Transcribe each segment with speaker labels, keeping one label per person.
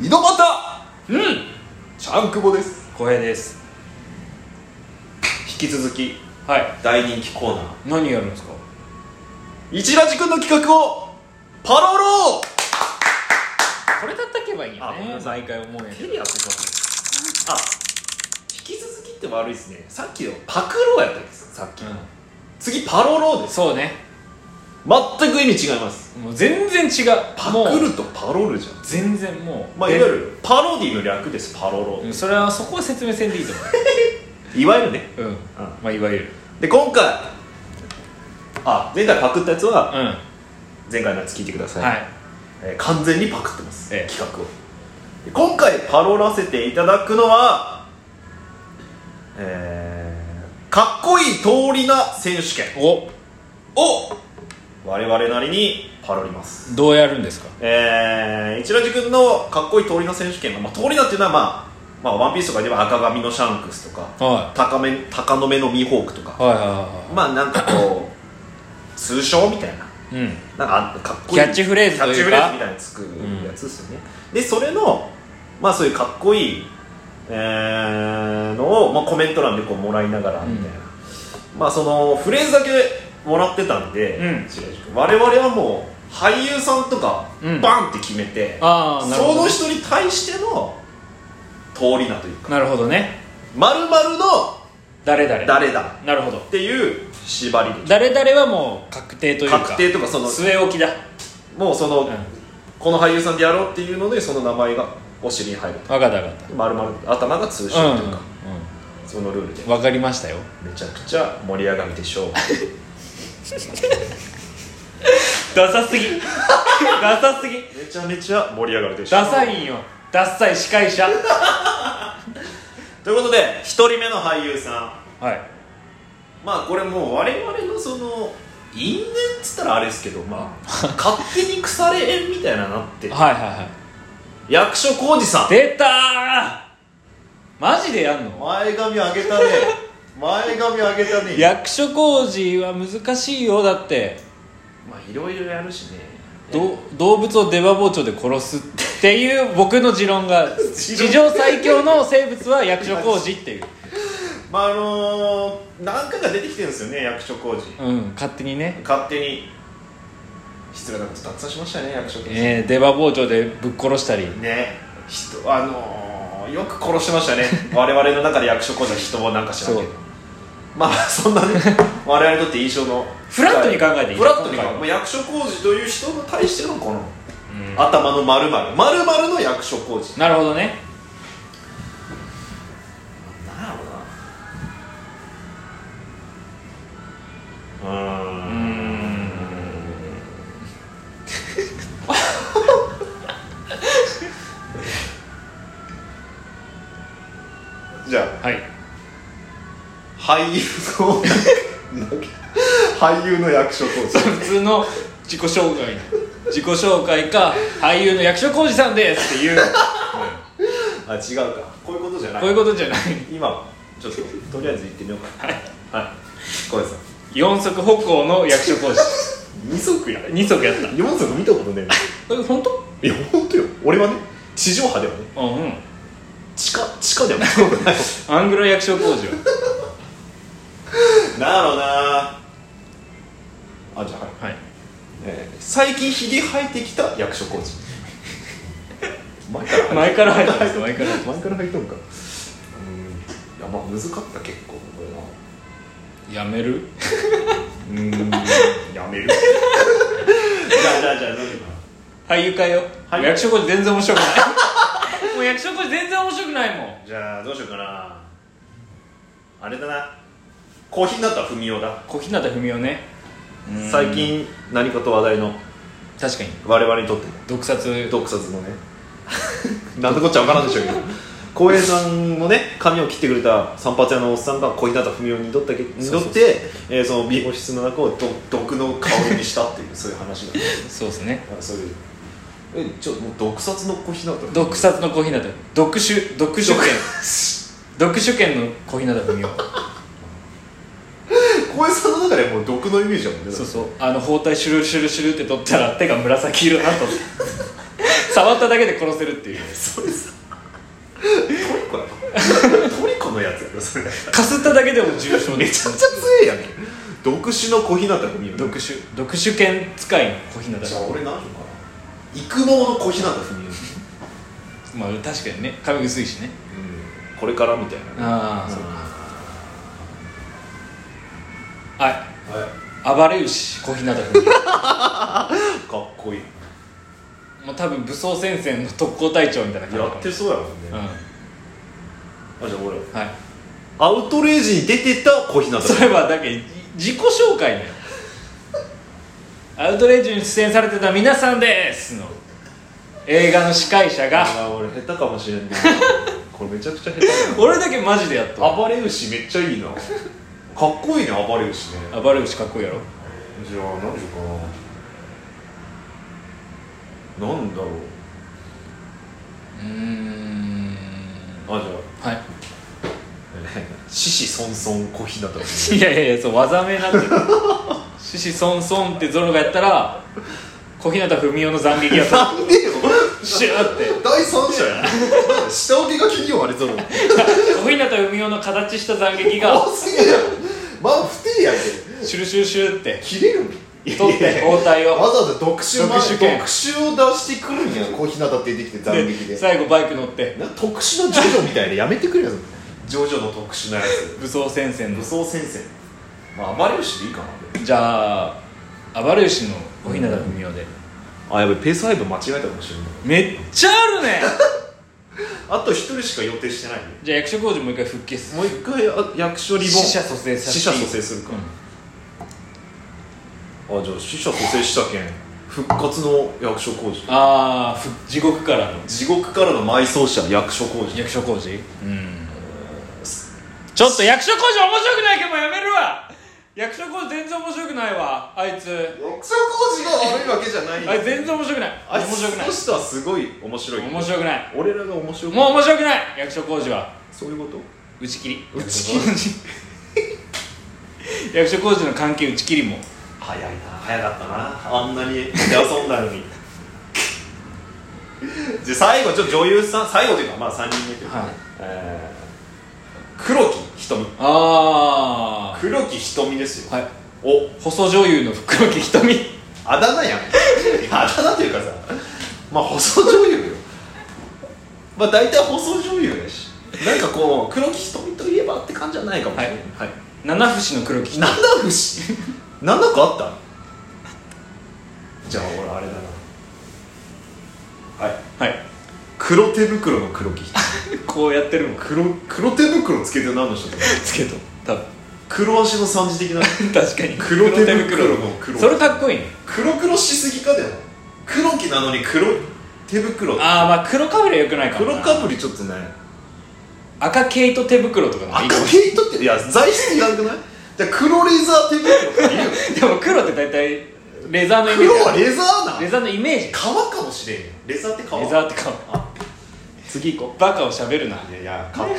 Speaker 1: 井戸端
Speaker 2: うん
Speaker 1: ちゃんくぼです
Speaker 2: 光栄です引き続きはい
Speaker 1: 大人気コーナー
Speaker 2: 何やるんですか
Speaker 1: 一ラジくんの企画をパロロ
Speaker 2: これ叩けばいいよ
Speaker 1: あごめん
Speaker 2: ね
Speaker 1: なさ
Speaker 2: 毎回思うんやけ
Speaker 1: 手
Speaker 2: ど
Speaker 1: でやってますねあ引き続きって悪いですねさっきのパクローやったんですさっき、次パロローです
Speaker 2: そうね
Speaker 1: 全く意味違います
Speaker 2: もう全然違う
Speaker 1: パ
Speaker 2: も
Speaker 1: ク
Speaker 2: う
Speaker 1: るとパロルじゃん
Speaker 2: 全然もう
Speaker 1: まあい
Speaker 2: で
Speaker 1: わゆるパロディの略ですパロロ
Speaker 2: うんそれはそこは説明せんでいいと思
Speaker 1: いわゆるね
Speaker 2: ううんまあいわゆる
Speaker 1: で今回あ前回パクったやつ
Speaker 2: うん
Speaker 1: は
Speaker 2: は
Speaker 1: 前回のやつ聞いてください、
Speaker 2: い
Speaker 1: えー完全にパクってます、
Speaker 2: ええ
Speaker 1: 企画をで今回パロらせていただくのはえーかっこいい通りな選手権
Speaker 2: お
Speaker 1: を我々なりにパロります
Speaker 2: どうやるんですか
Speaker 1: えー、一ラジ君のかっこいい通りな選手権の、まあ、通りなっていうのは、まあ、まあワンピースとかでは赤髪のシャンクスとか
Speaker 2: は
Speaker 1: 高め高の目のミホークとか
Speaker 2: いはいは
Speaker 1: まあなんかこう通称みたいない
Speaker 2: はいうん
Speaker 1: なんかかっこいい
Speaker 2: キャッチフレーズという
Speaker 1: キ
Speaker 2: か
Speaker 1: ャッチフレーズみたいなの作るやつですよね、でそれのまあそういうかっこいい、えーのを、まあ、コメント欄でこうもらいながらみたいな、まあそのフレーズだけもらってたんで、
Speaker 2: うん
Speaker 1: 白石君我々はもう俳優さんとか
Speaker 2: うん
Speaker 1: バンって決めて、
Speaker 2: ああなる
Speaker 1: そ
Speaker 2: ほ
Speaker 1: の
Speaker 2: ど
Speaker 1: 人に対しての通りなというか
Speaker 2: なるほどね
Speaker 1: まるまるの
Speaker 2: 誰誰
Speaker 1: 誰だ
Speaker 2: なるほど
Speaker 1: っていう縛りで
Speaker 2: 誰々はもう確定というか
Speaker 1: 確定とかその
Speaker 2: 据え置きだ
Speaker 1: もうその、
Speaker 2: うん
Speaker 1: この俳優さんでやろうっていうのでその名前がお尻に入る
Speaker 2: 分かった分かっ
Speaker 1: と丸々頭が通称
Speaker 2: たうん
Speaker 1: というか、そのルールで
Speaker 2: うん分かりましたよ
Speaker 1: めちゃくちゃ盛り上がるでしょう
Speaker 2: ダサすぎダサすぎ
Speaker 1: めちゃめちゃ盛り上がるでしょう
Speaker 2: ダサいんよダッサい司会者は
Speaker 1: ということで1人目の俳優さ
Speaker 2: い
Speaker 1: んまあこれもう我々のその因縁っつったらあれですけどま あ勝手に腐れ縁みたいなのなって
Speaker 2: はいはいは
Speaker 1: 役所広司さ
Speaker 2: い
Speaker 1: ん
Speaker 2: 出たーマジでやんの
Speaker 1: 前髪上げ たね前髪上げたね
Speaker 2: 役所工事は難しいよだって
Speaker 1: まあいろいろやるしね
Speaker 2: ど動物を出刃包丁で殺すっていう僕の持論 が史上最強の生物は役所工事っていう
Speaker 1: まああのー、何回か出てきてるんですよね役所広司
Speaker 2: うん勝手にね
Speaker 1: 勝手に失礼なことたくさんしましたね役所広司、
Speaker 2: えー、出刃包丁でぶっ殺したり
Speaker 1: ね人あのー、よく殺してましたね 我々の中で役所広司は人をなんかしなきゃ
Speaker 2: そう
Speaker 1: まあ そんなね我々にとって印象の
Speaker 2: フラットに考えていい
Speaker 1: フラットに考
Speaker 2: 今回は
Speaker 1: えもう役所広司という人に対してのこの、
Speaker 2: うん
Speaker 1: 頭の丸々丸々の役所広司
Speaker 2: なるほどね
Speaker 1: なんやろうなうーん
Speaker 2: うーん
Speaker 1: じゃあ
Speaker 2: はい
Speaker 1: 俳優の俳優の役所講師
Speaker 2: 普通の自己紹介自己紹介か俳優の役所広司さんですっていう
Speaker 1: あ違うかこういうことじゃない
Speaker 2: こういうことじゃない
Speaker 1: 今ちょっととりあえず行ってみようかなはい小林さん
Speaker 2: 四足歩行の役所広司
Speaker 1: 二足やね
Speaker 2: 二足やった
Speaker 1: 四足見たことね
Speaker 2: え本当
Speaker 1: えないや本当よ俺はね地上波ではね
Speaker 2: うんうん
Speaker 1: 地下地下では見た ことない
Speaker 2: アングロ役所広司は
Speaker 1: なるほどなあじゃあはい、
Speaker 2: はい
Speaker 1: えー最近ひげ生えてきた役所講 師前から生えてる
Speaker 2: 前から入ったんです前から入った
Speaker 1: 前から入っとんかうんいやまあ難かった結構これな
Speaker 2: やめる
Speaker 1: うーんやめるじゃあじゃあじゃあ何か
Speaker 2: 俳優かよ、
Speaker 1: はい
Speaker 2: 役所広司全然面白くない もう役所広司全然面白くないもん
Speaker 1: じゃあどうしようかなあれだなコーヒーになったら文雄だ
Speaker 2: 小日向文雄ねうん
Speaker 1: 最近何かと話題の
Speaker 2: 確かに
Speaker 1: 我々にとって
Speaker 2: 毒殺
Speaker 1: 毒殺のね なんてこっちゃ分からんでしょうけど浩平さんのね髪を切ってくれた散髪屋のおっさんが小日向文雄にとったけに
Speaker 2: そ
Speaker 1: と
Speaker 2: うそうそう
Speaker 1: ってえーその美容室の中をど毒の香りにしたっていう そういう話が
Speaker 2: そうですね
Speaker 1: あそういうえちょっともう毒殺の小日向
Speaker 2: 毒殺の小日向毒酒毒酒券 毒酒券の小日向文雄
Speaker 1: 小林さんの中でもう毒のイメージだもんね
Speaker 2: そうそうあの包帯シュルシュルシュルって取ったら手が紫色になったそ触っただけで殺せるっていう
Speaker 1: それさトリコなの トリコのやつやろそれめちゃ
Speaker 2: かすっただけでも重傷
Speaker 1: め
Speaker 2: で
Speaker 1: ち
Speaker 2: す
Speaker 1: ゃ強えやんけ独死の小日向文世
Speaker 2: 独手独手剣使いの小日向だ
Speaker 1: じゃあ俺何しようかな育毛の小日向文世
Speaker 2: まあ確かにね髪薄いしね
Speaker 1: うんこれからみたいな
Speaker 2: ああそう
Speaker 1: は
Speaker 2: はい暴れ牛小日向文 世
Speaker 1: かっこいい
Speaker 2: もう多分武装戦線の特攻隊長みたいな感じ
Speaker 1: やってそうやもん
Speaker 2: うん
Speaker 1: ねあじゃあ俺
Speaker 2: はい
Speaker 1: アウトレイジに出てた小日向
Speaker 2: それはだけ自己紹介ねアウトレイジに出演されてた皆さんですの映画の司会者が
Speaker 1: あ俺下手かもしれんないこれめちゃくちゃ下手
Speaker 2: 俺だけマジでやっ
Speaker 1: だ
Speaker 2: と
Speaker 1: な 暴れ牛めっちゃいいなかっこいいね暴れ牛ね
Speaker 2: る暴れ牛かっこいいやろ
Speaker 1: じゃあ何しようかななんだろう
Speaker 2: うーん
Speaker 1: あじゃあ
Speaker 2: は
Speaker 1: 獅子孫孫小日向
Speaker 2: いいやいやいやそう技名になってる獅子孫孫ってゾロがやったら小日向文世の斬撃やった
Speaker 1: なんでよ
Speaker 2: シューって
Speaker 1: 第三者 やん下請けが企業あれぞろ
Speaker 2: 小日向文世の形した斬撃が
Speaker 1: 多すぎるやんまあ不定やけ
Speaker 2: シュルシュルシュルって
Speaker 1: 切れるの
Speaker 2: 取って包帯を
Speaker 1: わざわざ特殊
Speaker 2: 特殊券
Speaker 1: 特殊を出してくるんや小日向って出てきて斬撃
Speaker 2: で
Speaker 1: で
Speaker 2: 最後バイク乗って
Speaker 1: な特殊のジョジョみたいなやめてくれよジョジョの特殊なやつ
Speaker 2: 武装戦線の
Speaker 1: 武装戦線まあ暴れ牛でいいかな
Speaker 2: じゃあ暴れ牛の小日向文世で、
Speaker 1: あやべペース配分間違えたかもしれない
Speaker 2: めっちゃあ るね
Speaker 1: あと一人しか予定してないね
Speaker 2: じゃあ役所工事もう一回復帰する
Speaker 1: もう一回あ役所リボン
Speaker 2: 死者蘇生さ
Speaker 1: 死
Speaker 2: せ
Speaker 1: 者
Speaker 2: ていい
Speaker 1: 蘇生するか
Speaker 2: う、ん
Speaker 1: あじゃあ死者蘇生したけん復活の役所工事
Speaker 2: ああふ地獄からの
Speaker 1: 地獄からの埋葬者役所工事
Speaker 2: 役所工事うんちょっと役所工事面白くないけどもうやめるわ役所工事全然面白くないわあいつ
Speaker 1: 役所工事が悪いわけじゃない
Speaker 2: あいつ全然面白くない
Speaker 1: あい
Speaker 2: 面
Speaker 1: つ
Speaker 2: 白くな
Speaker 1: そ
Speaker 2: い
Speaker 1: の人はすごい面白い
Speaker 2: 面白くない
Speaker 1: 俺らが面白く
Speaker 2: もう面白くない役所工事は
Speaker 1: そういうこと
Speaker 2: 打ち切り
Speaker 1: 打ち切り
Speaker 2: り 役所工事の関係打ち切りも
Speaker 1: 早いな早かったなあんなに遊んだのに じゃあ最後ちょっと女優さん最後というかまあ3人目というか、
Speaker 2: はい
Speaker 1: えー黒木瞳
Speaker 2: あ
Speaker 1: 黒木瞳です
Speaker 2: あ
Speaker 1: よ、
Speaker 2: はい
Speaker 1: お
Speaker 2: 細女優の黒木瞳
Speaker 1: あだ名やん あだ名というかさまあ細女優よまあ大体細女優やしなんかこう黒木瞳といえばって感じじゃないかもしれない、はい
Speaker 2: 七節の黒木瞳
Speaker 1: 七節何だかあったじゃあ俺あれだなはい
Speaker 2: はい
Speaker 1: 黒手袋の黒木瞳
Speaker 2: こうやってるもん
Speaker 1: 黒黒手袋つけてる何の人だ
Speaker 2: つけと多分
Speaker 1: 黒足の三次的な
Speaker 2: 確かに
Speaker 1: 黒手袋の黒
Speaker 2: それかっこいいね
Speaker 1: 黒黒しすぎかでも黒木なのに黒手袋って
Speaker 2: ああまあ黒かぶりはよくないかも
Speaker 1: 黒
Speaker 2: な
Speaker 1: かぶりちょっとね
Speaker 2: 赤毛糸手袋とかの方が
Speaker 1: 赤
Speaker 2: いいかも
Speaker 1: 毛糸っていや材質いらんくないじゃあ黒レザー手袋っていいよ
Speaker 2: でも黒って大体レザーのイメージ
Speaker 1: 黒は
Speaker 2: ある
Speaker 1: レザーなん
Speaker 2: レザーのイメージ
Speaker 1: 革かもしれんよレザーって革
Speaker 2: レザーってか
Speaker 1: 次行こ
Speaker 2: バカをしゃべるな
Speaker 1: ういやいや革革っ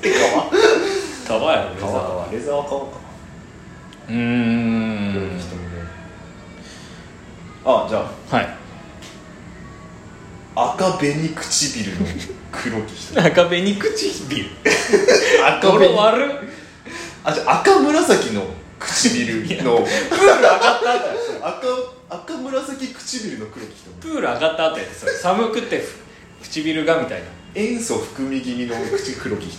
Speaker 1: て革
Speaker 2: かわいいレザー
Speaker 1: 革
Speaker 2: は
Speaker 1: はレザーは革か
Speaker 2: うーん
Speaker 1: あじゃ
Speaker 2: はい
Speaker 1: あ赤紅唇の黒木瞳
Speaker 2: 赤紅唇
Speaker 1: 赤
Speaker 2: 泥
Speaker 1: 紅
Speaker 2: 悪っ
Speaker 1: あじゃあ赤紫の唇の
Speaker 2: プール上がった後や
Speaker 1: 赤赤紫唇の黒木瞳
Speaker 2: プール上がった後やでそれ寒くてふ唇がみたいな
Speaker 1: 塩素含み気味の口黒木瞳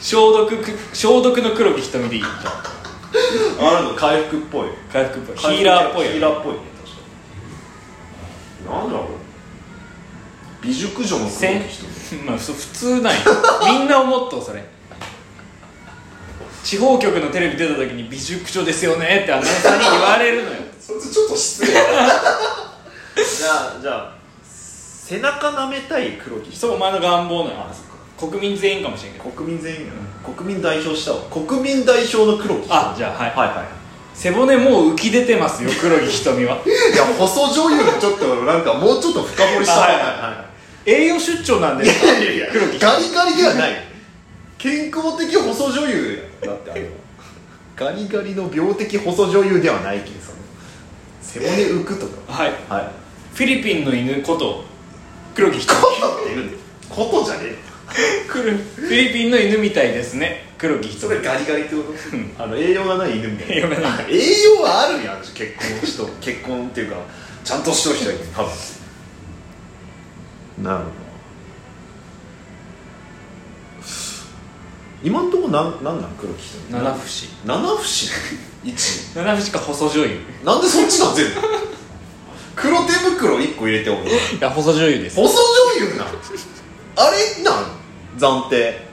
Speaker 2: 消毒く消毒の黒木瞳でいい
Speaker 1: あなんか回復っぽい
Speaker 2: 回復っぽいヒーラーっぽいよ
Speaker 1: ヒーラーっぽいね確かに何だろう美熟女の黒
Speaker 2: せん
Speaker 1: 木瞳
Speaker 2: まあそ普通なんやみんな思っとうそれ地方局のテレビ出た時に美熟女ですよねってアナウンサーに言われるのよ
Speaker 1: そいつちょっと失礼じゃあじゃあ背中舐めたい黒木瞳
Speaker 2: そうお前の願望な
Speaker 1: あ
Speaker 2: の
Speaker 1: そっか
Speaker 2: 国民全員かもしれんけど
Speaker 1: 国民全員やな国民代表したわ国民代表の黒木瞳
Speaker 2: あじゃあはい
Speaker 1: はいはい
Speaker 2: 背骨もう浮き出てますよ黒木瞳はい
Speaker 1: や細女優もちょっとなんかもうちょっと深掘りした
Speaker 2: あはいはい栄養出張なんです
Speaker 1: いやいやいや
Speaker 2: 黒木
Speaker 1: ガリガリではない健康的細女優やだってあれはガリガリの病的細女優ではないけどその背骨浮くとか
Speaker 2: はい
Speaker 1: はい
Speaker 2: フィリピンの犬こと黒木ひと
Speaker 1: コトって言うんだよコトじゃねえよ
Speaker 2: くるフィリピンの犬みたいですね黒木ひ
Speaker 1: そ
Speaker 2: と
Speaker 1: れガリガリってことあの栄養がない犬みたいな
Speaker 2: 栄養がな
Speaker 1: 栄養はあるやん結婚しと結婚っていうかちゃんとしとる人やけど多分なるほど今んとこなんなんなん黒木ひとみ
Speaker 2: 七節
Speaker 1: 七不思議1
Speaker 2: 七節か細女優
Speaker 1: なんでそっちなん全部黒手袋1個入れておる
Speaker 2: いや細女優です
Speaker 1: 細女優なんあれなん暫定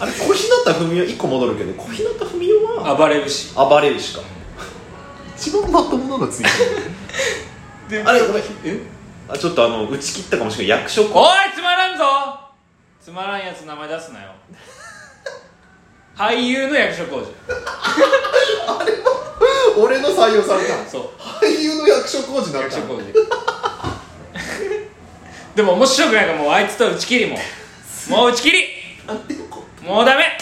Speaker 1: あれ小日向文世1個戻るけど小日向文世は
Speaker 2: 暴れ牛
Speaker 1: 暴れるしか一番まともなのついて
Speaker 2: で
Speaker 1: あれごめん
Speaker 2: え
Speaker 1: るちょっとあの打ち切ったかもしれない役所
Speaker 2: おいつまらんぞつまらんやつ名前出すなよ俳優の役所広司
Speaker 1: 俺の採用された
Speaker 2: そう
Speaker 1: 俳優の役所工事になっ
Speaker 2: 役
Speaker 1: た
Speaker 2: 所広司 でも面白くないからもうあいつと打ち切りもうもう打ち切りもうダメ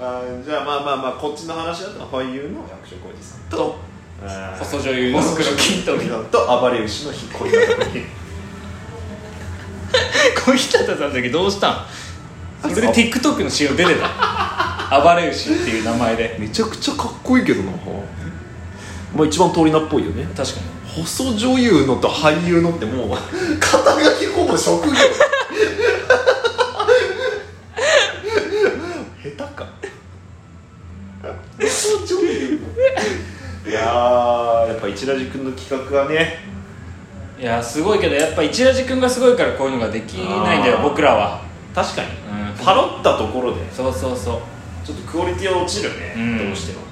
Speaker 1: あーじゃあまあまあまあこっちの話だと俳優の役所工事さん
Speaker 2: と
Speaker 1: あー
Speaker 2: 細女優の黒木ひとみ
Speaker 1: と暴れ牛の彦井の時
Speaker 2: 小日向さんだけどうしたんそれで TikTok の CM 出てた暴れ牛っていう名前で
Speaker 1: めちゃくちゃかっこいいけどなまあ一番通り名っぽいよね
Speaker 2: 確かに
Speaker 1: 細女優のと俳優のってもう肩書きほぼ職業下手か細女優のいやーやっぱ一ラジ君の企画はね
Speaker 2: いやすごいけどやっぱ一ラジ君がすごいからこういうのができないんだよ
Speaker 1: あー
Speaker 2: 僕らは
Speaker 1: 確かに
Speaker 2: うん
Speaker 1: パロったところで
Speaker 2: そうそうそう
Speaker 1: ちょっとクオリティは落ちるね、
Speaker 2: うん
Speaker 1: どうしても